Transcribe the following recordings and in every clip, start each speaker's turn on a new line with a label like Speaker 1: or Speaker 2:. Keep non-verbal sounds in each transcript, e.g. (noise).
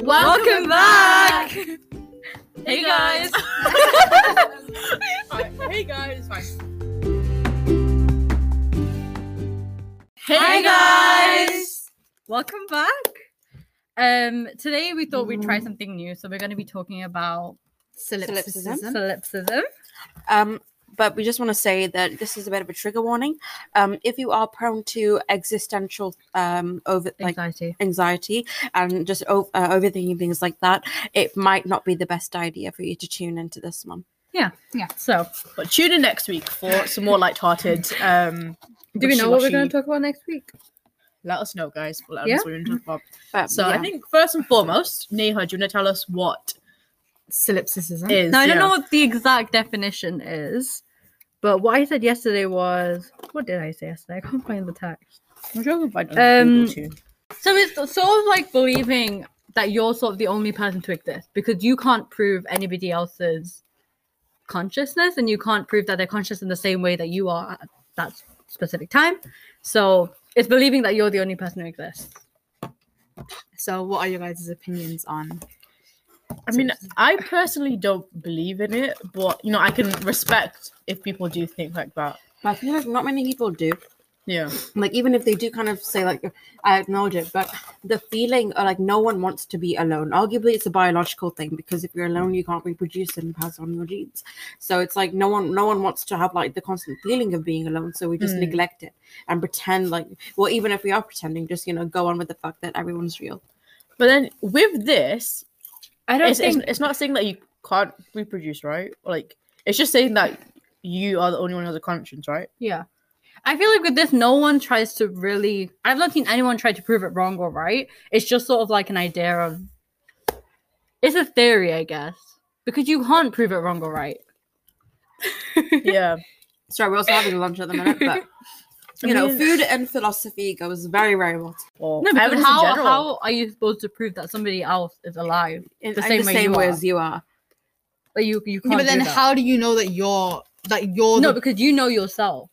Speaker 1: Welcome, back. (laughs) Hey guys.
Speaker 2: hey guys. Fine.
Speaker 1: Hey guys. Welcome back. Um, today we thought we'd try something new, so we're going to be talking about
Speaker 3: Solipsism.
Speaker 1: solipsism.
Speaker 3: Um, but we just want to say that this is a bit of a trigger warning. Um, if you are prone to existential um over like
Speaker 1: Anxiety.
Speaker 3: anxiety and just o- uh, overthinking things like that, it might not be the best idea for you to tune into this one.
Speaker 1: So,
Speaker 2: But tune in next week for some more lighthearted. Um,
Speaker 1: do we know what we're
Speaker 2: wishy-washy-
Speaker 1: going to talk about next week?
Speaker 2: Let us know, guys. Let
Speaker 1: Yeah.
Speaker 2: us know what we're going to talk about.
Speaker 3: But
Speaker 2: So
Speaker 3: yeah.
Speaker 2: I think first and foremost, Neha, do you want to tell us what
Speaker 4: Solipsism.
Speaker 2: is?
Speaker 1: Now I don't
Speaker 2: yeah.
Speaker 1: know what the exact definition is, but what I said yesterday was what did I say yesterday? I can't find the text.
Speaker 2: I'm sure we'll find it
Speaker 1: Um,
Speaker 2: on Google too.
Speaker 1: So it's sort of like believing that you're sort of the only person to exist because you can't prove anybody else's consciousness and you can't prove that they're conscious in the same way that you are at that specific time. So it's believing that you're the only person who exists.
Speaker 4: So, what are your guys' opinions on?
Speaker 2: I mean, I personally don't believe in it, but you know, I can respect if people do think like that.
Speaker 3: But I feel like not many people do.
Speaker 2: Yeah.
Speaker 3: Like even if they do kind of say like I acknowledge it, but the feeling uh, like no one wants to be alone. Arguably, it's a biological thing because if you're alone, you can't reproduce and pass on your genes. So it's like no one, no one wants to have like the constant feeling of being alone. So we just
Speaker 1: Hmm.
Speaker 2: Mm.
Speaker 3: neglect it and pretend like, well, even if we are pretending, just you know, go on with the fact that everyone's real.
Speaker 2: But then with this,
Speaker 1: I
Speaker 2: it's, it's- it's not saying that you can't reproduce, right? Like it's just saying that you are the only one who has a
Speaker 1: (laughs)
Speaker 2: conscience, right?
Speaker 1: Yeah. I feel like with this, no one tries to really. I've not seen anyone try to prove it wrong or right. It's just sort of like an idea of. It's a theory, I guess, because you can't prove it wrong or right.
Speaker 2: Yeah.
Speaker 3: Sorry, we're also having lunch at the
Speaker 1: (laughs)
Speaker 3: minute, but you know,
Speaker 2: mean-
Speaker 3: food and philosophy goes very, very well.
Speaker 2: Or
Speaker 1: No, because
Speaker 2: evidence in
Speaker 1: how,
Speaker 2: general.
Speaker 1: how are you supposed to prove that somebody else is alive?
Speaker 3: In
Speaker 1: The
Speaker 3: the
Speaker 1: same
Speaker 3: same,
Speaker 1: way you
Speaker 3: way
Speaker 1: are.
Speaker 3: as you are.
Speaker 1: Like you, you can't.
Speaker 4: Yeah, but then
Speaker 1: do that.
Speaker 4: how do you know that you're that you're
Speaker 1: No,
Speaker 4: the,
Speaker 1: because you know yourself.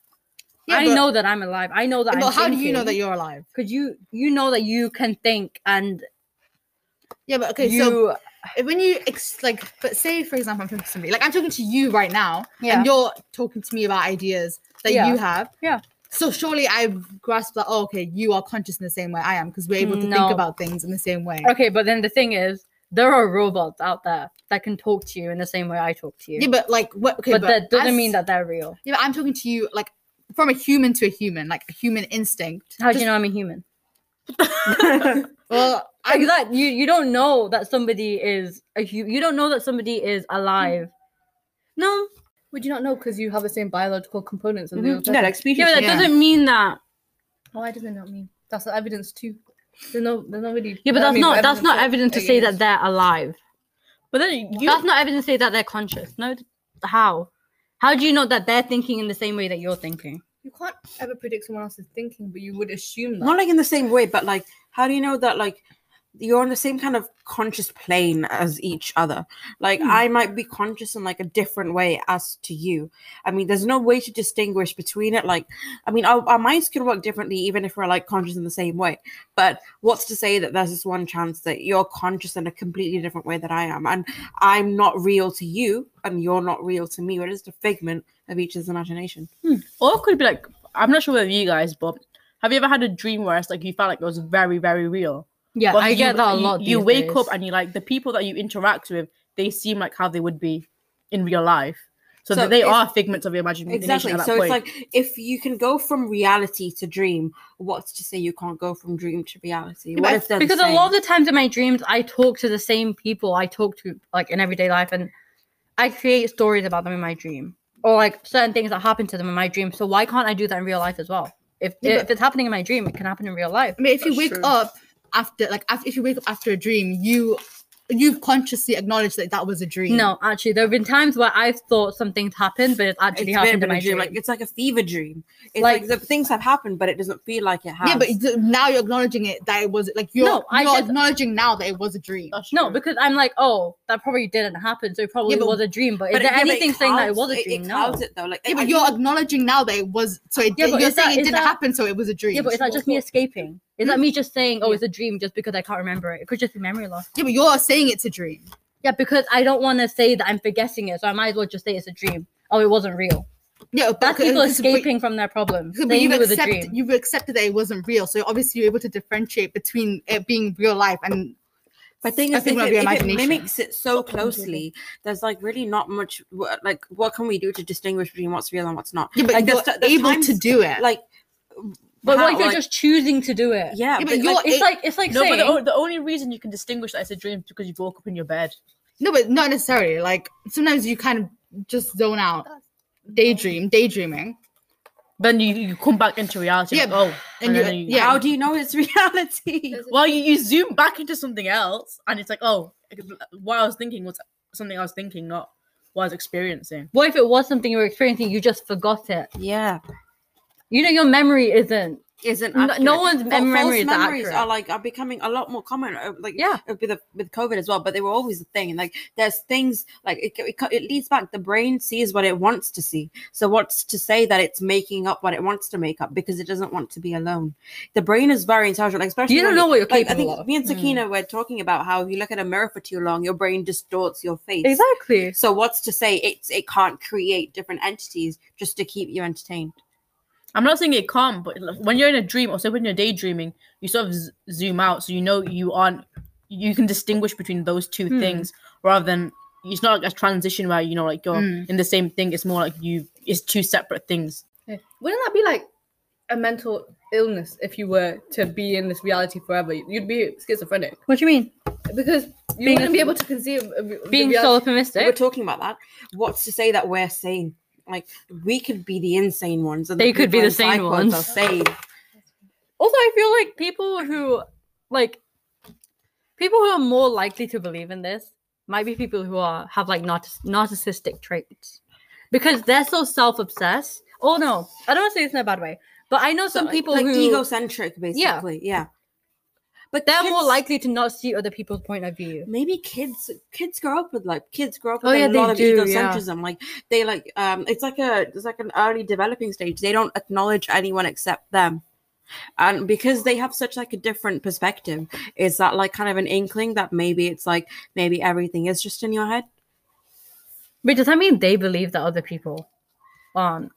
Speaker 4: Yeah,
Speaker 1: I
Speaker 4: but-
Speaker 1: know that I'm alive. I know that.
Speaker 4: but
Speaker 1: I'm
Speaker 4: how do you know that you're alive?
Speaker 1: Because you, you know that you can think and
Speaker 4: Yeah, but okay,
Speaker 1: you.
Speaker 4: so if- when you ex- like, but say for example, I'm talking to somebody, like I'm talking to you right now,
Speaker 1: Yeah.
Speaker 4: and you're talking to me about ideas that
Speaker 1: Yeah.
Speaker 4: you have.
Speaker 1: Yeah.
Speaker 4: So surely I grasp that. Oh, okay, you are conscious in the same way I am because we're able to
Speaker 1: No.
Speaker 4: think about things in the same way.
Speaker 1: Okay, but then the thing is, there are robots out there that can talk to you in the same way I talk to you.
Speaker 4: Yeah, but like what? Okay,
Speaker 1: but, that doesn't
Speaker 4: as-
Speaker 1: mean that they're real.
Speaker 4: Yeah, but I'm talking to you like from a human to a human, like a human instinct.
Speaker 1: How do
Speaker 4: Just-
Speaker 1: you know I'm a human?
Speaker 4: Well,
Speaker 1: Like
Speaker 4: I,
Speaker 1: that, you you don't know that somebody is a hu- you don't know that somebody is alive.
Speaker 4: Hmm.
Speaker 1: No,
Speaker 2: would you not know because you have the same biological components
Speaker 3: Mhm.
Speaker 1: Mm-hmm.
Speaker 3: No, like species.
Speaker 1: yeah, but that
Speaker 4: Yeah.
Speaker 1: doesn't mean that. Oh,
Speaker 2: Why does it not mean that's the evidence too?
Speaker 4: there's no, there's nobody.
Speaker 1: Yeah, but that's not that's not evidence to say that
Speaker 4: that.
Speaker 1: they're alive.
Speaker 2: (laughs) But then you
Speaker 1: That's not evidence to say that they're conscious. No, how? How do you know that they're thinking in the same way that you're thinking?
Speaker 2: you can't ever predict someone else's thinking, but you would assume
Speaker 3: not like in the same way, but like, how do you know that like you're on the same kind of conscious plane as each other? Like, I might be conscious in like a different way as to you. I mean, there's no way to distinguish between it. Like, I mean, our, our minds can work differently even if we're like conscious in the same way. But what's to say that there's this one chance that you're conscious in a completely different way that I am, and I'm not real to you, and you're not real to me. We're just a figment of each other's imagination.
Speaker 2: Or it could be like I'm not sure whether you guys, but have you ever had a dream where it's like you felt like it was very, very real?
Speaker 1: Yeah,
Speaker 2: But
Speaker 1: I
Speaker 2: you-
Speaker 1: get that a
Speaker 2: you-
Speaker 1: lot.
Speaker 2: You, wake up and you like the people that you interact with, they seem like how they would be in real life. So,
Speaker 3: So
Speaker 2: that they
Speaker 3: it's-
Speaker 2: are figments of your imagination
Speaker 3: Exactly.
Speaker 2: at that
Speaker 3: So
Speaker 2: point.
Speaker 3: it's like if you can go from reality to dream, what's to say you can't go from dream to reality?
Speaker 1: Yeah,
Speaker 3: What
Speaker 1: but
Speaker 3: if they're the
Speaker 1: because a lot
Speaker 3: same?
Speaker 1: of the times in my dreams i talk to the same people i talk to like in everyday life and i create stories about them in my dream or like certain things that happen to them in my dream so why can't i do that in real life as well if,
Speaker 4: Yeah, but-
Speaker 1: if it's happening in my dream it can happen in real life
Speaker 4: I mean, if you
Speaker 2: That's
Speaker 4: wake
Speaker 2: true.
Speaker 4: up after, like, after, if you wake up after a dream, you you've consciously acknowledged that that was a dream.
Speaker 1: no actually there have been times where i've thought something's happened but it's actually
Speaker 3: It's a bit
Speaker 1: happened
Speaker 3: of
Speaker 1: in
Speaker 3: a
Speaker 1: my
Speaker 3: dream.
Speaker 1: dream,
Speaker 3: Like it's like a fever dream. It's like, the things have happened, but it doesn't feel like it has.
Speaker 4: Yeah, but th- now you're acknowledging it that it was like you're,
Speaker 1: No, I
Speaker 4: you're
Speaker 1: said-
Speaker 4: acknowledging now that it was a dream.
Speaker 2: That's
Speaker 1: no
Speaker 2: true.
Speaker 1: because i'm like oh that probably didn't happen so it probably
Speaker 4: but-
Speaker 1: was a dream but,
Speaker 3: But
Speaker 1: is
Speaker 3: it-
Speaker 1: there
Speaker 3: yeah, but
Speaker 1: anything saying that it
Speaker 3: clouds-
Speaker 1: was a dream
Speaker 3: It,
Speaker 1: no
Speaker 3: clouds it though. Like
Speaker 4: Yeah,
Speaker 3: I-
Speaker 4: but you're acknowledging now that it was so. It,
Speaker 1: Yeah,
Speaker 4: did-
Speaker 1: but
Speaker 4: you're
Speaker 1: is that-
Speaker 4: saying it
Speaker 1: is
Speaker 4: didn't
Speaker 1: that-
Speaker 4: happen, so it was a dream.
Speaker 1: yeah but is that just me escaping Is
Speaker 3: Hmm?
Speaker 1: that me just saying, oh, it's a dream just because I can't remember it? It could just be memory loss.
Speaker 4: Yeah, but you're saying it's a dream.
Speaker 1: Yeah, because I don't want to say that I'm forgetting it, so I might as well just say it's a dream. Oh, it wasn't real.
Speaker 4: Yeah, but
Speaker 1: That's
Speaker 3: (laughs)
Speaker 1: people
Speaker 4: but-
Speaker 1: escaping from their problem.
Speaker 4: But,
Speaker 1: saying
Speaker 4: you've,
Speaker 1: it was a
Speaker 4: accepted,
Speaker 1: dream.
Speaker 4: you've accepted that it wasn't real, so obviously you're able to differentiate between it being real life and
Speaker 3: But thing
Speaker 4: I
Speaker 3: is, if
Speaker 4: think it might
Speaker 3: it,
Speaker 4: be
Speaker 3: if it
Speaker 4: imagination.
Speaker 3: mimics it so closely, there's like really not much. wo- Like, what can we do to distinguish between what's real and what's not?
Speaker 4: yeah, but
Speaker 3: Like,
Speaker 4: you're
Speaker 3: there's t- there's
Speaker 4: able to
Speaker 3: times,
Speaker 4: do it.
Speaker 3: Like,
Speaker 1: but
Speaker 3: how-
Speaker 1: what if you're
Speaker 3: like-
Speaker 1: just choosing to do it?
Speaker 3: yeah,
Speaker 4: Yeah, but
Speaker 3: but
Speaker 4: you're
Speaker 3: like,
Speaker 1: It's
Speaker 4: it-
Speaker 1: like it's like
Speaker 2: No, but
Speaker 1: saying
Speaker 2: the, o- the only reason you can distinguish that it's a dream is because you woke up in your bed.
Speaker 4: no, but not necessarily. Like sometimes you kind of just zone out, daydream, daydreaming.
Speaker 2: Then you, you come back into reality.
Speaker 4: Yeah,
Speaker 2: like, oh,
Speaker 4: and you-
Speaker 2: then
Speaker 4: yeah.
Speaker 3: how do you know it's (laughs) reality?
Speaker 2: Well, you, you zoom back into something else, and it's like, oh, what I was thinking was something I was thinking, not what I was experiencing.
Speaker 1: what if it was something you were experiencing, you just forgot it?
Speaker 3: yeah,
Speaker 1: You know, your memory isn't.
Speaker 3: isn't
Speaker 1: No- no
Speaker 3: accurate.
Speaker 1: one's
Speaker 3: Fa-
Speaker 1: mem- memory
Speaker 3: false
Speaker 1: is
Speaker 3: memories
Speaker 1: accurate.
Speaker 3: are like are becoming a lot more common. uh, Like
Speaker 1: Yeah.
Speaker 3: uh, with the, with COVID as well, but they were always a thing. Like there's things like it, it, co- it leads back. The brain sees what it wants to see. So what's to say that it's making up what it wants to make up because it doesn't want to be alone. The brain is very intelligent, like, especially
Speaker 1: You don't
Speaker 3: when
Speaker 1: know what you're
Speaker 3: Like I
Speaker 1: capable
Speaker 3: think
Speaker 1: of. Mm.
Speaker 3: me and Sakina were talking about how if you look at a mirror for too long, your brain distorts your face.
Speaker 1: Exactly.
Speaker 3: So what's to say it's it can't create different entities just to keep you entertained?
Speaker 2: I'm not saying it can't, but like, when you're in a dream, or say when you're daydreaming, you sort of z- zoom out, so you know you aren't. You can distinguish between those two
Speaker 1: Hmm.
Speaker 2: things rather than it's not like a transition where you know like you're
Speaker 4: Hmm.
Speaker 2: in the same thing. It's more like you. It's two separate things.
Speaker 5: Wouldn't that be like a mental illness if you were to be in this reality forever? You'd be schizophrenic
Speaker 1: What do you mean?
Speaker 5: because you
Speaker 1: Being
Speaker 5: wouldn't be
Speaker 1: a-
Speaker 5: able to conceive of the
Speaker 1: Being so
Speaker 5: reality-
Speaker 1: optimistic.
Speaker 3: We're talking about that. What's to say that we're sane? Like we could be the insane ones, and
Speaker 1: They could be
Speaker 3: people
Speaker 1: the
Speaker 3: inside
Speaker 1: sane
Speaker 3: ones
Speaker 1: ones.
Speaker 3: Are sane.
Speaker 1: Also, I feel like people who like people who are more likely to believe in this might be people who are have like narciss- narcissistic traits because they're so self-obsessed. Oh no, I don't want to say this in a bad way, but I know some
Speaker 3: Like-
Speaker 1: people
Speaker 3: like
Speaker 1: who
Speaker 3: egocentric, basically. Yeah.
Speaker 1: but they're more
Speaker 3: kids-
Speaker 1: likely to not see other people's point of view.
Speaker 3: Maybe kids kids grow up with like kids grow up
Speaker 1: Oh,
Speaker 3: with
Speaker 1: yeah,
Speaker 3: a
Speaker 1: they
Speaker 3: lot of
Speaker 1: do, yeah.
Speaker 3: egocentrism. Like they like um, it's like a it's like an early developing stage. They don't acknowledge anyone except them. And because they have such like a different perspective, is that like kind of an inkling that maybe it's like maybe everything is just in your head?
Speaker 1: But does that mean they believe that other people aren't?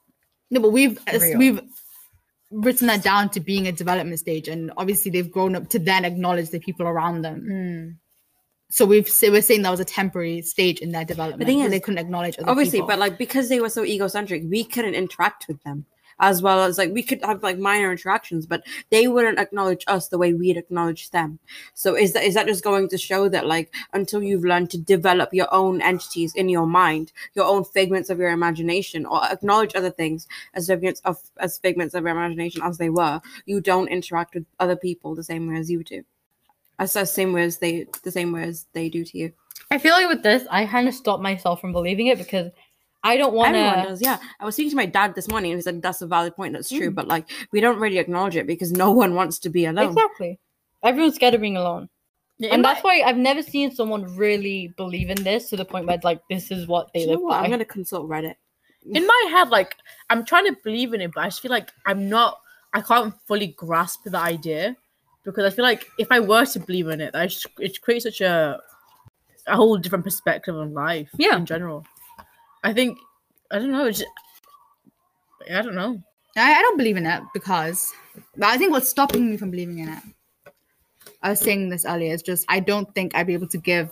Speaker 4: No, but we've as
Speaker 1: Real.
Speaker 4: we've written that down to being a development stage, and obviously they've grown up to then acknowledge the people around them.
Speaker 3: Hmm.
Speaker 4: So we've so we're saying that was a temporary stage in their development.
Speaker 3: thing
Speaker 4: when
Speaker 3: is,
Speaker 4: they couldn't acknowledge other
Speaker 3: obviously
Speaker 4: people.
Speaker 3: but like because they were so egocentric we couldn't interact with them as well as like we could have like minor interactions but they wouldn't acknowledge us the way we'd acknowledge them so is that is that just going to show that like until you've learned to develop your own entities in your mind your own figments of your imagination or acknowledge other things as figments of as figments of your imagination as they were you don't interact with other people the same way as you do as the same way as they the same way as they do to you
Speaker 1: I feel like with this, I kind of stop myself from believing it because I don't want
Speaker 3: Everyone
Speaker 1: to.
Speaker 3: does, yeah. I was speaking to my dad this morning and he said that's a valid point, that's true, but like we don't really acknowledge it because no one wants to be alone.
Speaker 1: Exactly. Everyone's scared of being alone.
Speaker 2: Yeah,
Speaker 1: and that's why I've never seen someone really believe in this to the point where like this is what
Speaker 3: Do
Speaker 1: they
Speaker 3: you know
Speaker 1: live
Speaker 3: what?
Speaker 1: by.
Speaker 3: I'm gonna consult Reddit.
Speaker 2: in my head, like I'm trying to believe in it, but I just feel like I'm not. I can't fully grasp the idea because I feel like if I were to believe in it, I just, it creates such a a whole different perspective on life.
Speaker 1: Yeah.
Speaker 2: in general, I think I don't know. It's just, I don't know.
Speaker 4: I, I don't believe in it because but I think what's stopping me from believing in it. I was saying this earlier, is just I don't think I'd be able to give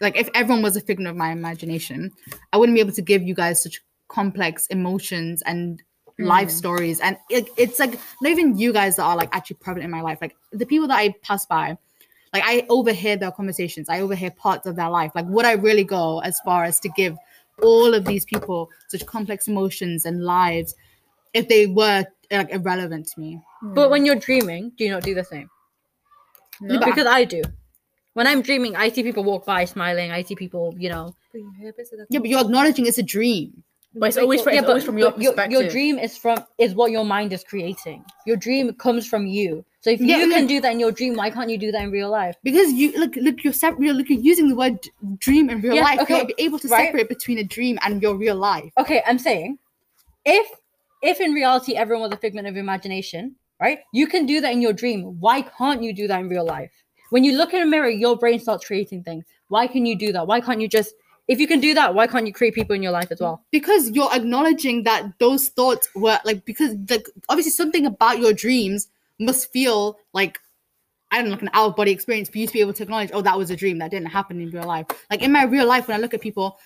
Speaker 4: like if everyone was a figment of my imagination, I wouldn't be able to give you guys such complex emotions and life stories. And it, it's like not even you guys that are like actually prevalent in my life. Like the people that I pass by, like I overhear their conversations, I overhear parts of their life. Like would I really go as far as to give all of these people such complex emotions and lives if they were like irrelevant to me.
Speaker 2: Hmm.
Speaker 1: But when you're dreaming, do you not do the same?
Speaker 2: No.
Speaker 4: Yeah, but I-
Speaker 1: Because I do. When I'm dreaming, I see people walk by smiling. I see people, you know.
Speaker 5: But you hear bits of that-
Speaker 4: Yeah, but you're acknowledging it's a dream.
Speaker 2: But it's always, from,
Speaker 1: Yeah,
Speaker 2: it's always from your
Speaker 1: but your,
Speaker 2: perspective.
Speaker 1: your dream is from is what your mind is creating. Your dream comes from you. So if
Speaker 4: Yeah,
Speaker 1: you
Speaker 4: and
Speaker 1: can
Speaker 4: then-
Speaker 1: do that in your dream, why can't you do that in real life?
Speaker 4: Because you look, look, you're sep- you're, look, you're using the word d- dream in real
Speaker 1: Yeah,
Speaker 4: life.
Speaker 1: okay,
Speaker 4: You're able to
Speaker 1: right.
Speaker 4: separate between a dream and your real life.
Speaker 1: Okay, I'm saying, if if in reality everyone was a figment of imagination, right? You can do that in your dream. Why can't you do that in real life? When you look in a mirror, your brain starts creating things. Why can you do that? Why can't you just, if you can do that, why can't you create people in your life as well?
Speaker 4: because you're acknowledging that those thoughts were like because like obviously something about your dreams must feel like I don't know, like an out of body experience for you to be able to acknowledge, oh, that was a dream that didn't happen in real life. Like in my real life, when I look at people,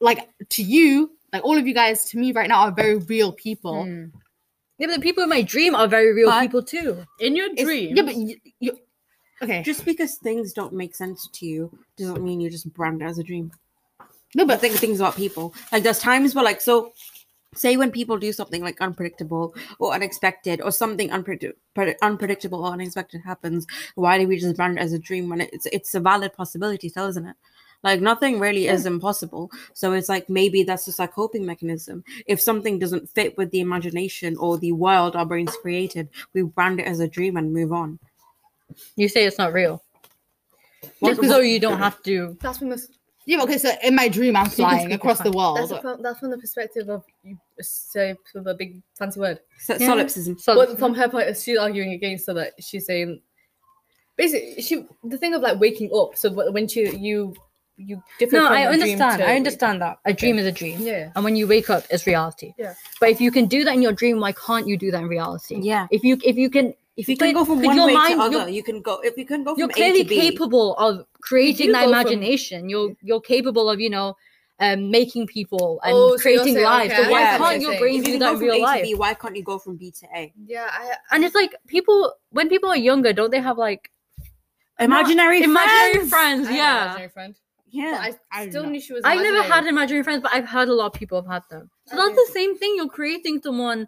Speaker 4: like to you, like all of you guys to me right now are very real people.
Speaker 2: Hmm.
Speaker 1: Yeah, but the people in my dream are very real
Speaker 4: But-
Speaker 1: people too.
Speaker 2: in your
Speaker 4: It's-
Speaker 2: dream.
Speaker 4: Yeah, but you, you okay.
Speaker 3: Just because things don't make sense to you doesn't mean you just brand it as a dream.
Speaker 4: no,
Speaker 3: but
Speaker 4: but
Speaker 3: think things about people. Like there's times where like so say when people do something like unpredictable or unexpected or something unpredict- pre- unpredictable or unexpected happens, why do we just brand it as a dream when it's it's a valid possibility still, isn't it? Like nothing really is impossible. So it's like maybe that's just our coping mechanism. If something doesn't fit with the imagination or the world our brains created, we brand it as a dream and move on.
Speaker 1: You say it's not real. Just
Speaker 3: What-
Speaker 1: so you don't have to.
Speaker 5: That's from this.
Speaker 4: yeah, okay. So in my dream, I'm
Speaker 1: So you can
Speaker 4: flying
Speaker 1: speak
Speaker 4: across the world.
Speaker 5: That's from, that's from the perspective of you say with a big fancy word.
Speaker 3: so-
Speaker 1: Yeah.
Speaker 3: Solipsism.
Speaker 1: So
Speaker 5: but from her point, she's arguing against so that she's saying, basically, she the thing of like waking up. So wh- when she you you differ.
Speaker 1: no,
Speaker 5: from
Speaker 1: I
Speaker 5: a dream
Speaker 1: understand.
Speaker 5: to-
Speaker 1: I understand that a dream is a dream,
Speaker 5: Yeah.
Speaker 1: and when you wake up, it's reality.
Speaker 5: Yeah.
Speaker 1: But if you can do that in your dream, why can't you do that in reality?
Speaker 3: Yeah.
Speaker 1: If you if you can
Speaker 3: If you can go from
Speaker 1: with
Speaker 3: one
Speaker 1: your
Speaker 3: way
Speaker 1: mind,
Speaker 3: to
Speaker 1: you're-
Speaker 3: other, you can go if you can go
Speaker 1: you're
Speaker 3: from A
Speaker 1: clearly
Speaker 3: to B.
Speaker 1: capable of creating
Speaker 5: You
Speaker 1: that
Speaker 5: go from-
Speaker 1: imagination. You're you're capable of you know um, making people and
Speaker 5: Oh, so you're
Speaker 1: creating
Speaker 5: saying,
Speaker 1: lives.
Speaker 5: okay,
Speaker 1: so why
Speaker 3: I see what
Speaker 1: can't
Speaker 5: you're
Speaker 1: your
Speaker 5: saying.
Speaker 1: brain
Speaker 3: if you
Speaker 1: do
Speaker 3: can
Speaker 1: that
Speaker 3: go
Speaker 1: in
Speaker 3: from
Speaker 1: real
Speaker 3: A
Speaker 1: life?
Speaker 3: to B, why can't you go from B to A?
Speaker 5: Yeah, I,
Speaker 1: And it's like people when people are younger, don't they have like
Speaker 3: Imaginary,
Speaker 1: imaginary
Speaker 3: friends.
Speaker 5: I
Speaker 1: friends?
Speaker 5: had an
Speaker 1: yeah.
Speaker 5: imaginary friend,
Speaker 3: Yeah.
Speaker 5: but I,
Speaker 4: I
Speaker 5: still
Speaker 4: know.
Speaker 5: knew she was.
Speaker 1: I've never
Speaker 5: imaginary.
Speaker 1: had imaginary friends, but I've heard a lot of people have had them. So
Speaker 5: Okay.
Speaker 1: that's the same thing. You're creating someone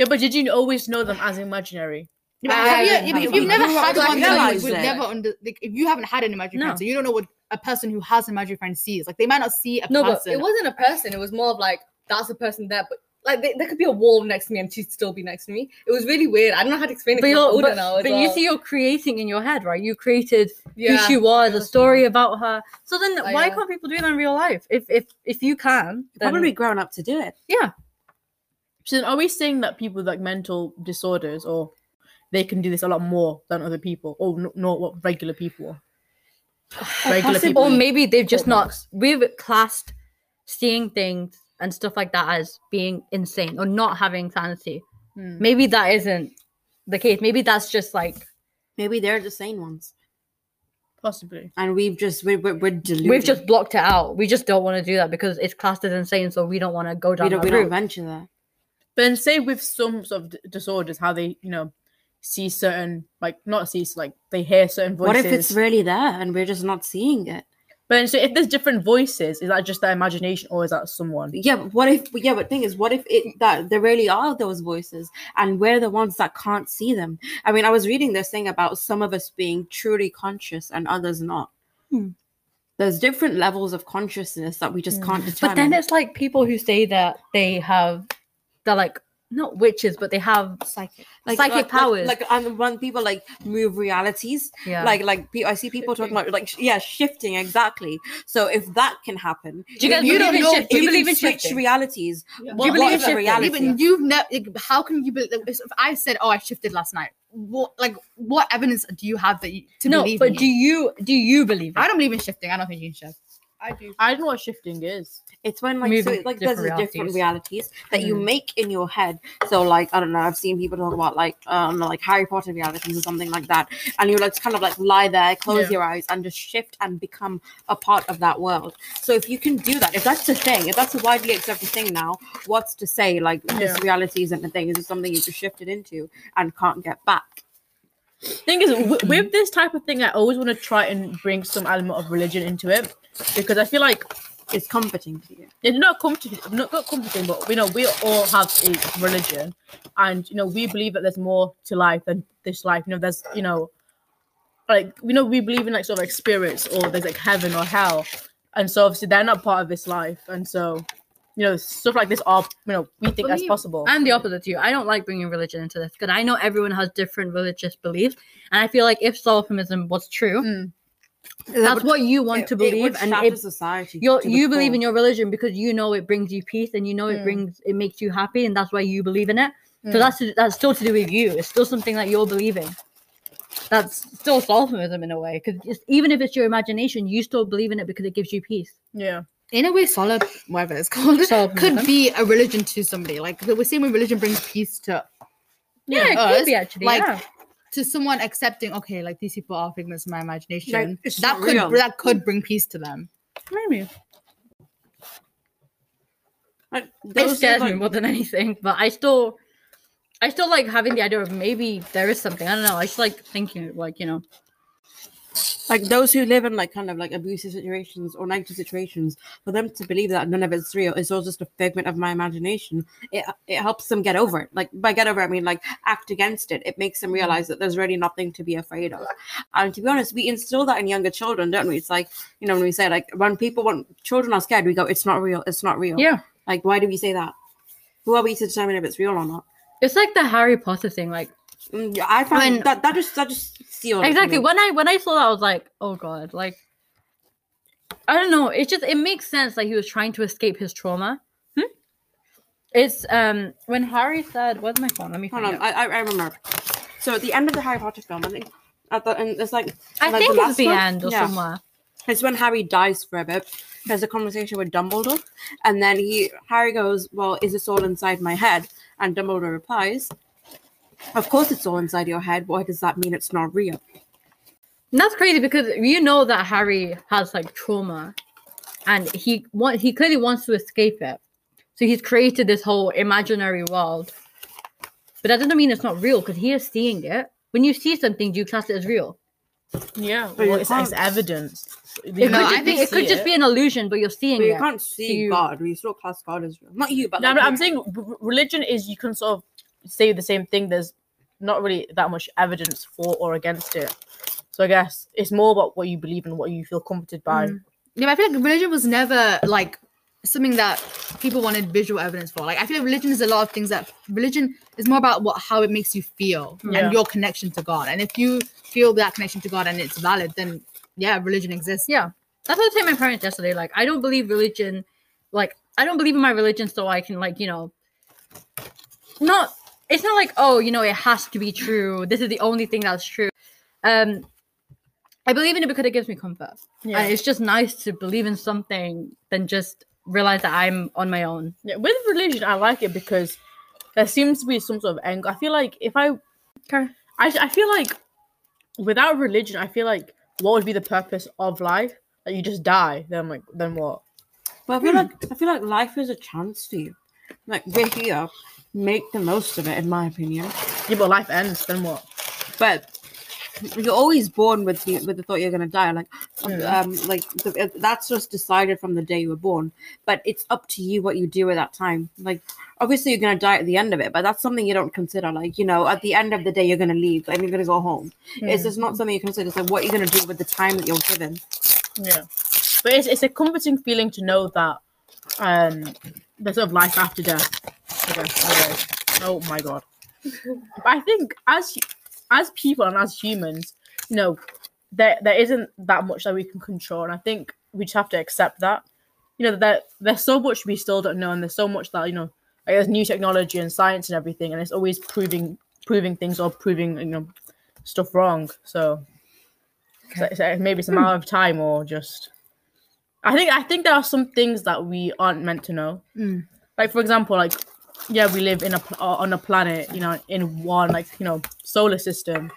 Speaker 2: Yeah, but did you always know them as imaginary?
Speaker 4: Yeah, but
Speaker 3: I
Speaker 4: have you,
Speaker 3: haven't
Speaker 4: yeah, but
Speaker 3: had
Speaker 4: if you've
Speaker 3: one.
Speaker 4: never
Speaker 3: Well,
Speaker 4: had
Speaker 3: I
Speaker 4: one, then you
Speaker 3: realized
Speaker 4: would
Speaker 3: it.
Speaker 4: never under, like if you haven't had an imaginary
Speaker 1: No.
Speaker 4: friend, so you don't know what a person who has an imaginary friend sees. Like they might not see a
Speaker 1: No, but
Speaker 4: person.
Speaker 5: It wasn't a person. It was more of like that's the person there, but like they, there could be a wall next to me and she'd still be next to me. It was really weird. I don't know how to explain it.
Speaker 1: but,
Speaker 5: 'cause
Speaker 1: you're,
Speaker 5: I'm older
Speaker 1: but,
Speaker 5: now as
Speaker 1: but you
Speaker 5: well.
Speaker 1: see you're creating in your head right you created who
Speaker 5: yeah.
Speaker 1: she was a
Speaker 5: that's
Speaker 1: story about her so then
Speaker 5: Oh,
Speaker 1: why
Speaker 5: yeah.
Speaker 1: can't people do that in real life if if if you can then
Speaker 3: Probably grown up to do it.
Speaker 2: She's always saying that people with like mental disorders or they can do this a lot more than other people or n- not what regular people.
Speaker 3: (sighs)
Speaker 2: Regular people.
Speaker 1: or maybe they've just not
Speaker 2: Thought
Speaker 1: we've classed seeing things and stuff like that as being insane or not having sanity
Speaker 4: Hmm.
Speaker 1: maybe that isn't the case maybe that's just like
Speaker 3: Maybe they're the sane ones,
Speaker 2: Possibly.
Speaker 3: and we've just we're we're, we're deluded.
Speaker 1: we've just blocked it out we just don't want to do that because it's classed as insane so we don't want to go
Speaker 3: we
Speaker 1: down
Speaker 3: don't,
Speaker 1: that
Speaker 3: we don't
Speaker 1: route
Speaker 3: venture there.
Speaker 2: But then say with some sort of d- disorders, how they, you know, see certain, like, not see, like, they hear certain voices.
Speaker 3: What if it's really there and we're just not seeing it?
Speaker 2: But then, so if there's different voices, is that just their imagination or is that someone?
Speaker 3: Yeah, but what if? Yeah, but thing is, what if it that there really are those voices, and we're the ones that can't see them? I mean, I was reading this thing about some of us being truly conscious and others not.
Speaker 1: Hmm.
Speaker 3: There's different levels of consciousness that we just
Speaker 2: Hmm.
Speaker 3: can't
Speaker 1: But
Speaker 3: determine.
Speaker 1: then it's like people who say that they have, they're like not witches, but they have
Speaker 4: psychic.
Speaker 1: psychic powers.
Speaker 3: Like, and when people like move realities,
Speaker 1: yeah.
Speaker 3: like like pe- I see people talking about like sh- yeah shifting exactly. So if that can happen,
Speaker 1: do you guys
Speaker 3: if you
Speaker 1: believe
Speaker 3: don't
Speaker 1: in
Speaker 3: know,
Speaker 1: shift? Do
Speaker 3: if
Speaker 1: you believe
Speaker 3: can
Speaker 1: in
Speaker 3: switch
Speaker 1: shifting?
Speaker 3: realities.
Speaker 5: Yeah.
Speaker 3: What,
Speaker 1: Do you
Speaker 3: what
Speaker 1: believe in
Speaker 3: is a
Speaker 1: shifting?
Speaker 3: reality?
Speaker 4: Even you've never. Like, how can you? be- Like, if I said, "Oh, I shifted last night," what like what evidence do you have that you to
Speaker 1: no,
Speaker 4: believe?
Speaker 1: but
Speaker 4: in
Speaker 1: do you do you believe?
Speaker 4: I don't believe in shifting. I don't think you can shift.
Speaker 5: I do.
Speaker 2: I don't know what shifting is.
Speaker 3: It's when like so
Speaker 1: Moving
Speaker 3: it- like
Speaker 1: different
Speaker 3: there's a
Speaker 1: realities. Mm.
Speaker 3: different realities that you make in your head. So like I don't know, I've seen people talk about like um like Harry Potter realities or something like that, and you like kind of like lie there, close your eyes, and just shift and become a part of that world. So if you can do that, if that's the thing, if that's a widely accepted thing now, what's to say like this reality isn't a thing? Is it something you just shifted into and can't get back?
Speaker 2: thing is
Speaker 3: (laughs)
Speaker 2: w- with this type of thing i always want to try and bring some element of religion into it because i feel like
Speaker 3: It's comforting to you.
Speaker 2: it's not comforting not, not comforting but you know we all have a religion and you know we believe that there's more to life than this life you know there's you know like you know we believe in like sort of experience or there's like heaven or hell and so obviously they're not part of this life and so you know stuff like this are you know we think that's
Speaker 1: Believe-
Speaker 2: possible
Speaker 1: I'm the opposite to you. I don't like bringing religion into this because I know everyone has different religious beliefs, and I feel like if solipsism was true,
Speaker 2: Mm.
Speaker 1: that's what you want
Speaker 3: It-
Speaker 1: to
Speaker 3: it would
Speaker 1: believe, and
Speaker 3: shatter
Speaker 1: if
Speaker 3: society.
Speaker 1: you
Speaker 3: to the
Speaker 1: you believe
Speaker 3: core.
Speaker 1: in your religion because you know it brings you peace and you know it
Speaker 2: Mm.
Speaker 1: brings it makes you happy and that's why you believe in it
Speaker 3: Mm.
Speaker 1: So that's to, that's still to do with you. It's still something that you're believing. That's still solipsism in a way, because even if it's your imagination, you still believe in it because it gives you peace.
Speaker 2: Yeah.
Speaker 4: in a way, solid, whatever it's called,
Speaker 1: Solipsism.
Speaker 4: could be a religion to somebody. Like we're saying, when religion brings peace to
Speaker 1: Yeah,
Speaker 3: oh,
Speaker 1: it
Speaker 4: us,
Speaker 1: could be actually.
Speaker 4: like,
Speaker 1: yeah.
Speaker 4: to someone accepting, okay, like these people are figments of my imagination.
Speaker 3: Like, it's
Speaker 4: that
Speaker 3: not
Speaker 4: could
Speaker 3: real.
Speaker 4: that could bring peace to them.
Speaker 2: Maybe.
Speaker 3: Like,
Speaker 1: it
Speaker 3: those are,
Speaker 1: scares me
Speaker 3: like,
Speaker 1: more than anything. But I still, I still like having the idea of maybe there is something. I don't know. I just like thinking, like you know,
Speaker 3: like those who live in like kind of like abusive situations or negative situations, for them to believe that none of it's real, it's all just a figment of my imagination. It it helps them get over it. Like by get over, it, I mean like act against it. It makes
Speaker 1: Mm-hmm.
Speaker 3: them realize that there's really nothing to be afraid of. And to be honest, we instill that in younger children, don't we? It's like you know when we say like when people when children are scared, we go, "It's not real. It's not real."
Speaker 1: yeah.
Speaker 3: Like why do we say that? Who are we to determine if it's real or not?
Speaker 1: It's like the Harry Potter thing. Like
Speaker 3: Mm, yeah, I find
Speaker 1: When-
Speaker 3: that that just that just sealed it for
Speaker 1: exactly
Speaker 3: me.
Speaker 1: when I when I saw that, I was like, oh god, like I don't know. It just it makes sense. Like he was trying to escape his trauma. Hmm? It's um when Harry said, "Where's my phone? Let me
Speaker 3: Hold
Speaker 1: find
Speaker 3: on,
Speaker 1: it."
Speaker 3: I, I I remember. So at the end of the Harry Potter film, I think at the and it's like
Speaker 1: I,
Speaker 3: like
Speaker 1: think it's
Speaker 3: last
Speaker 1: the
Speaker 3: one?
Speaker 1: end or somewhere.
Speaker 3: It's when Harry dies for a bit. There's a conversation with Dumbledore, and then he Harry goes, "Well, is this all inside my head?" And Dumbledore replies, "Of course, it's all inside your head. Why does that mean it's not real?"
Speaker 1: And that's crazy because you know that Harry has like trauma, and he want he clearly wants to escape it, so he's created this whole imaginary world. But that doesn't mean it's not real because he is seeing it. When you see something, do you class it as real?
Speaker 2: Yeah.
Speaker 3: But you
Speaker 2: Well, it's, it's
Speaker 3: can't-
Speaker 2: evidence.
Speaker 1: It
Speaker 4: No,
Speaker 1: could,
Speaker 4: I
Speaker 1: just be,
Speaker 4: think
Speaker 1: it could just be an illusion, but you're seeing
Speaker 3: But you
Speaker 1: it.
Speaker 3: can't see
Speaker 1: you-
Speaker 3: God. We still class God as real. Not you, but
Speaker 2: No,
Speaker 3: like,
Speaker 2: I'm, I'm
Speaker 3: you-
Speaker 2: saying r- r- religion is you can sort of say the same thing. There's not really that much evidence for or against it. So I guess it's more about what you believe and what you feel comforted by.
Speaker 3: Mm,
Speaker 4: Yeah, but I feel like religion was never like something that people wanted visual evidence for. Like I feel like religion is a lot of things that religion is more about what how it makes you feel
Speaker 2: Yeah.
Speaker 4: and your connection to God. And if you feel that connection to God and it's valid, then yeah, religion exists.
Speaker 1: Yeah. That's what I told my parents yesterday. Like, I don't believe religion. Like, I don't believe in my religion, so I can like, you know, not. It's not like oh, you know, it has to be true. This is the only thing that's true. Um, I believe in it because it gives me comfort,
Speaker 2: Yeah.
Speaker 1: and it's just nice to believe in something than just realize that I'm on my own.
Speaker 2: Yeah, With religion, I like it because there seems to be some sort of angle. I feel like if I, I, I feel like without religion, I feel like what would be the purpose of life? Like you just die. Then like then what?
Speaker 3: But I feel like I feel like life is a chance for you. Like we're here, make the most of it. In my opinion.
Speaker 2: Yeah, but life ends. Then what?
Speaker 3: but you're always born with the with the thought you're gonna die. Like, um, like the, that's just decided from the day you were born. But it's up to you what you do at that time. Like, obviously you're gonna die at the end of it, but that's something you don't consider. Like, you know, at the end of the day you're gonna leave and you're gonna go home. It's just not something you consider. It's like what you're gonna do with the time that you're given.
Speaker 2: Yeah, but it's it's a comforting feeling to know that um there's sort of life after death. I guess, in a way. Oh my god! But I think as as people and as humans, you know, there there isn't that much that we can control, and I think we just have to accept that. You know, that there's so much we still don't know, and there's so much that you know, like there's new technology and science and everything, and it's always proving proving things or proving you know stuff wrong. So, so- so maybe it's a matter
Speaker 3: Hmm.
Speaker 2: of time or just. I think I think there are some things that we aren't meant to know.
Speaker 3: Hmm.
Speaker 2: Like for example, like yeah, we live in a pl- uh, on a planet, you know, in one like you know solar system.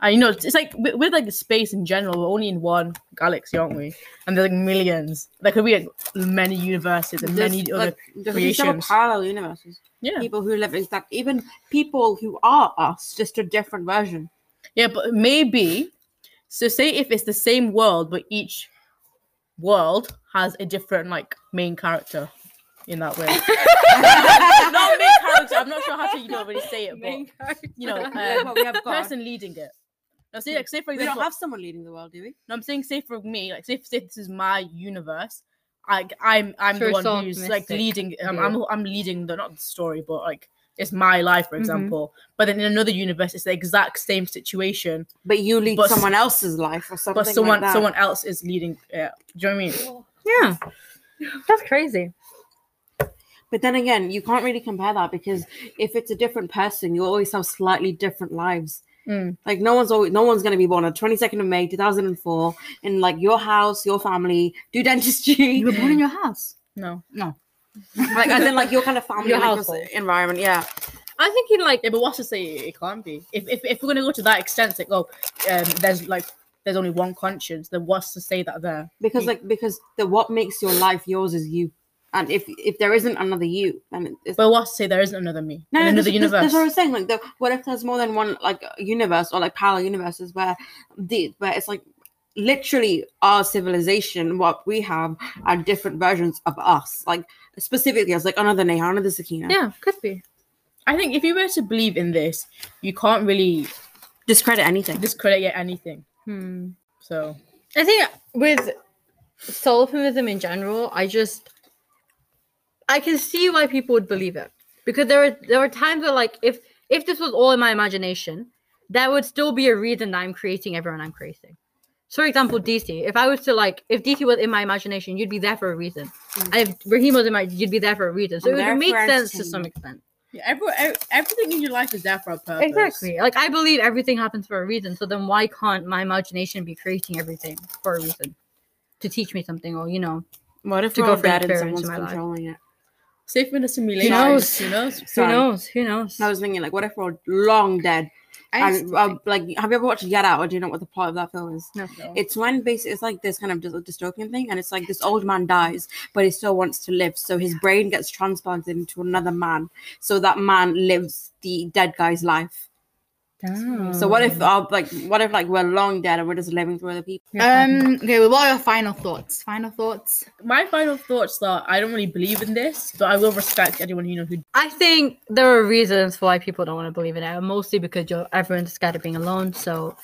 Speaker 2: And you know, it's it's like with, with like space in general, we're only in one galaxy, aren't we? And there's like millions. There could be like, many universes and many
Speaker 3: There's,
Speaker 2: other
Speaker 3: like, there's these several
Speaker 2: creations.
Speaker 3: parallel universes.
Speaker 2: Yeah,
Speaker 3: People who live exact, even people who are us, just a different version.
Speaker 2: yeah, but maybe. So say if it's the same world, but each world has a different like main character. In that
Speaker 3: (laughs)
Speaker 2: way, not main character. I'm not sure how to you know really say it, but you
Speaker 3: (laughs)
Speaker 2: know, um,
Speaker 3: Well, we have God.
Speaker 2: person leading it. Now, say like say for
Speaker 3: We
Speaker 2: example,
Speaker 3: don't have someone leading the world, do we?
Speaker 2: No, I'm saying say for me, like say if, say this is my universe, like I'm I'm
Speaker 1: Sure,
Speaker 2: the one
Speaker 1: so
Speaker 2: who's like
Speaker 1: optimistic.
Speaker 2: leading. Um,
Speaker 1: Yeah.
Speaker 2: I'm I'm leading the not the story, but like it's my life,
Speaker 3: Mm-hmm.
Speaker 2: for example. But then in another universe, it's the exact same situation,
Speaker 3: But you lead
Speaker 2: But s-
Speaker 3: someone else's life or something.
Speaker 2: but someone
Speaker 3: like that.
Speaker 2: someone else is leading. Yeah, do you know what I mean?
Speaker 1: Yeah, that's crazy.
Speaker 3: But then again, you can't really compare that because if it's a different person, you always have slightly different lives.
Speaker 5: Mm.
Speaker 3: Like no one's always, no one's gonna be born on twenty second of May two thousand and four in like your house, your family,
Speaker 2: (laughs)
Speaker 3: do dentistry,
Speaker 4: You were born in your house.
Speaker 5: No.
Speaker 4: No.
Speaker 3: (laughs) like as in like your kind of family,
Speaker 1: Your
Speaker 3: like, your
Speaker 1: household.
Speaker 3: environment. Yeah,
Speaker 2: I think in like, yeah, but what's to say it can't be? If, if, if we're gonna go to that extent, it's like, oh, um, there's like, there's only one conscience. Then what's to say that there?
Speaker 3: because like because the what makes your life yours is you, and if if there isn't another you, then it's
Speaker 2: But what's to say there isn't another me?
Speaker 3: No,
Speaker 2: and another
Speaker 3: no, that's, that's-
Speaker 2: universe.
Speaker 3: That's what I was saying. Like, the, what if there's more than one like universe or like parallel universes where the where it's like literally our civilization, what we have, are different versions of us. Like specifically, as like oh, another Neha, another Sakina.
Speaker 5: Yeah, could be.
Speaker 2: I think if you were to believe in this, you can't really
Speaker 3: Discredit anything.
Speaker 2: discredit yet anything.
Speaker 1: Hmm.
Speaker 2: So
Speaker 1: I think with solipsism in general, I just I can see why people would believe it because there are there are times where like if if this was all in my imagination, there would still be a reason that I'm creating everyone I'm creating. So, for example, DC. If I was to like, if DC was in my imagination, you'd be there for a reason. And if Raheem was in my, you'd be there for a reason. So
Speaker 3: Mm. I'm
Speaker 1: it
Speaker 3: there
Speaker 1: would make
Speaker 3: for
Speaker 1: sense to
Speaker 3: entertainment.
Speaker 1: some extent.
Speaker 2: yeah, every, ev- everything in your life is there for a purpose.
Speaker 1: Exactly. Like I believe everything happens for a reason. So then why can't my imagination be creating everything for a reason? To teach me something or you know.
Speaker 3: What if
Speaker 1: To
Speaker 3: we're
Speaker 1: go
Speaker 3: all
Speaker 1: for
Speaker 3: dead and
Speaker 1: experience
Speaker 3: someone's
Speaker 1: in my life.
Speaker 3: controlling it?
Speaker 2: Safe in a simulation.
Speaker 1: Who knows?
Speaker 2: Who knows?
Speaker 1: Who
Speaker 3: Sorry.
Speaker 1: knows? Who knows?
Speaker 3: I was thinking, like, what if we're all long dead?
Speaker 4: I used
Speaker 3: And
Speaker 4: to
Speaker 3: uh,
Speaker 4: think-
Speaker 3: like, have you ever watched Get Out? Or do you know what the plot of that film is?
Speaker 1: No.
Speaker 3: It's when basically it's like this kind of dy- dystopian thing, and it's like this old man dies, but he still wants to live. So his brain gets transplanted into another man, so that man lives the dead guy's life. So what if our like what if like we're long dead and we're just living through other people?
Speaker 4: um, okay, well, what are your final thoughts? Final thoughts?
Speaker 2: My final thoughts are I don't really believe in this, but I will respect anyone who knows who
Speaker 1: I think there are reasons why people don't want to believe in it. Mostly because you're everyone's scared of being alone. So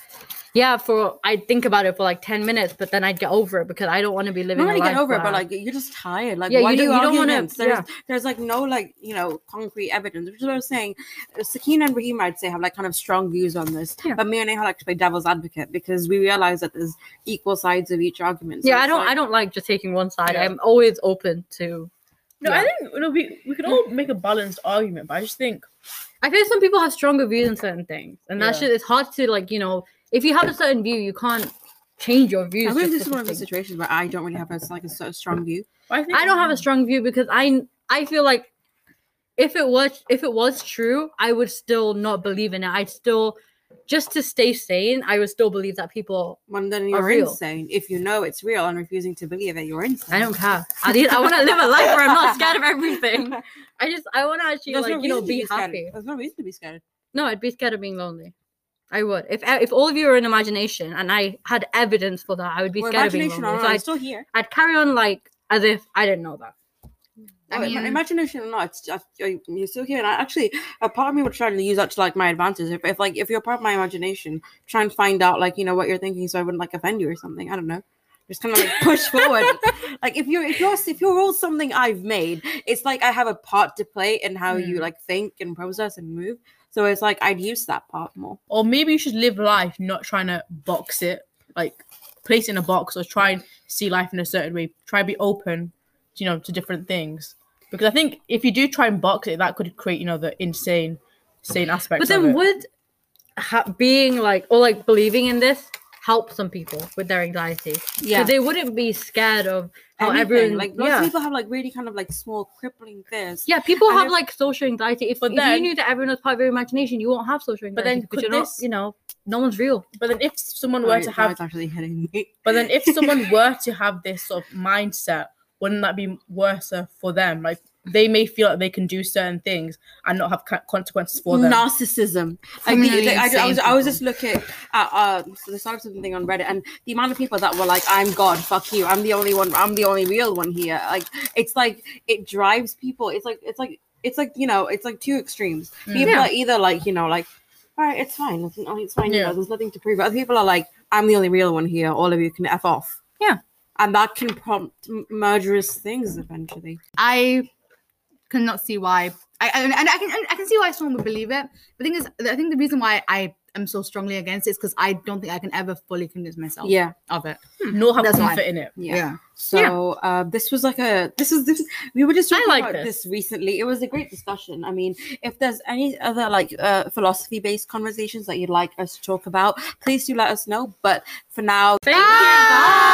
Speaker 1: yeah, for I'd think about it for like ten minutes, but then I'd get over it because I don't want to be
Speaker 3: I'm
Speaker 1: living.
Speaker 3: not
Speaker 1: a
Speaker 3: gonna get
Speaker 1: life
Speaker 3: over it, but
Speaker 1: where-
Speaker 3: like you're just tired. Like
Speaker 1: Yeah,
Speaker 3: why
Speaker 1: you
Speaker 3: do
Speaker 1: don't- you don't wanna-
Speaker 3: arguments? There's there's like no like you know concrete evidence, which is what I was saying. Uh, Sakina and Raheem, I'd say, have like kind of strong views on this,
Speaker 1: Yeah.
Speaker 3: but me and Neha like to play devil's advocate because we realize that there's equal sides of each argument. So
Speaker 1: yeah, I
Speaker 3: it's
Speaker 1: don't.
Speaker 3: like-
Speaker 1: I don't like just taking one side.
Speaker 2: Yeah.
Speaker 1: I'm always open to.
Speaker 2: No, I
Speaker 1: Yeah.
Speaker 2: think you know, we we can all make a balanced argument, but I just think
Speaker 1: I feel some people have stronger views on certain things, and that's
Speaker 2: Yeah.
Speaker 1: just it's hard to like you know if you have a certain view, you can't change your views.
Speaker 3: I think
Speaker 1: just
Speaker 3: this is
Speaker 1: for
Speaker 3: one of those
Speaker 1: something.
Speaker 3: situations where I don't really have a, like a so strong view.
Speaker 2: I think
Speaker 1: I don't have a strong view because I I feel like if it was if it was true, I would still not believe in it. I'd still just to stay sane, I would still believe that people.
Speaker 3: When then
Speaker 1: Are
Speaker 3: you're
Speaker 1: real.
Speaker 3: insane. If you know it's real and refusing to believe it, you're insane.
Speaker 1: I don't care. I, need- I want to live a life where I'm not scared of everything. I just I want to actually like you know
Speaker 3: reason to
Speaker 1: be
Speaker 3: scared.
Speaker 1: happy.
Speaker 3: There's no reason to be scared.
Speaker 1: No, I'd be scared of being lonely. I would. If if all of you were in imagination and I had evidence for that, I would be
Speaker 3: Well,
Speaker 1: scared of being
Speaker 3: imagination or
Speaker 1: lonely.
Speaker 3: not,
Speaker 1: So
Speaker 3: it's
Speaker 1: I'd,
Speaker 3: still here.
Speaker 1: I'd carry on like as if I didn't know that.
Speaker 4: I
Speaker 3: Well, ima-
Speaker 4: mean-
Speaker 3: imagination or not, it's just, you- you're still here. And I actually, a part of me would try to use that to like my advantage. If, if like if you're part of my imagination, try and find out like you know what you're thinking, so I wouldn't like offend you or something. I don't know. Just kind of like push forward. like if you're if you're if you're all something I've made, it's like I have a part to play in how you like think and process and move. So it's like I'd use that part more.
Speaker 2: or maybe you should live life not trying to box it, like place it in a box or try and see life in a certain way. Try and be open, you know, to different things. Because I think if you do try and box it, that could create, you know, the insane, insane aspect.
Speaker 1: But then would ha- being like or like believing in this help some people with their anxiety?
Speaker 3: Yeah.
Speaker 1: So they wouldn't be scared of how
Speaker 3: Anything.
Speaker 1: everyone
Speaker 3: like lots
Speaker 1: yeah.
Speaker 3: of people have like really kind of like small crippling fears.
Speaker 1: yeah, people
Speaker 3: and
Speaker 1: have
Speaker 3: if-
Speaker 1: like social anxiety. If,
Speaker 2: But
Speaker 1: if
Speaker 2: then-
Speaker 1: you knew that everyone was part of your imagination, you won't have social anxiety.
Speaker 2: But then
Speaker 1: because
Speaker 2: could
Speaker 1: you're
Speaker 2: this-
Speaker 1: not, you know, no one's real.
Speaker 2: But then if someone
Speaker 3: Sorry,
Speaker 2: were to
Speaker 3: Oh, now
Speaker 2: have,
Speaker 3: it's actually hitting me.
Speaker 2: but then if someone were to have this sort of mindset, wouldn't that be worse for them? Like they may feel like they can do certain things and not have ca- consequences for them.
Speaker 3: narcissism. Like, the-
Speaker 4: Criminally
Speaker 3: like, I, I was,
Speaker 4: insane
Speaker 3: I was
Speaker 4: people.
Speaker 3: just looking at uh, so the start of something on Reddit, and the amount of people that were like, "I'm God, fuck you, I'm the only one, I'm the only real one here." Like, it's like it drives people. It's like it's like it's like you know, it's like two extremes. People
Speaker 1: Yeah.
Speaker 3: are either like you know, like, all right, it's fine, it's, it's fine, you
Speaker 2: Yeah.
Speaker 3: know, there's nothing to prove. Other people are like, "I'm the only real one here. All of you can f off."
Speaker 1: Yeah.
Speaker 3: And that can prompt m- murderous things eventually.
Speaker 4: I cannot see why. I, I and I can and I can see why someone would believe it. The thing is, I think the reason why I am so strongly against it is because I don't think I can ever fully convince myself
Speaker 3: yeah
Speaker 4: of it.
Speaker 2: nor have
Speaker 4: That's why.
Speaker 2: comfort in it.
Speaker 3: yeah, so uh, this was like a this is this we were just
Speaker 2: I
Speaker 3: talking
Speaker 2: like
Speaker 3: about
Speaker 2: this.
Speaker 3: this. recently it was a great discussion i mean if there's any other like uh, philosophy based conversations that you'd like us to talk about please do let us know but for now
Speaker 1: Thank you.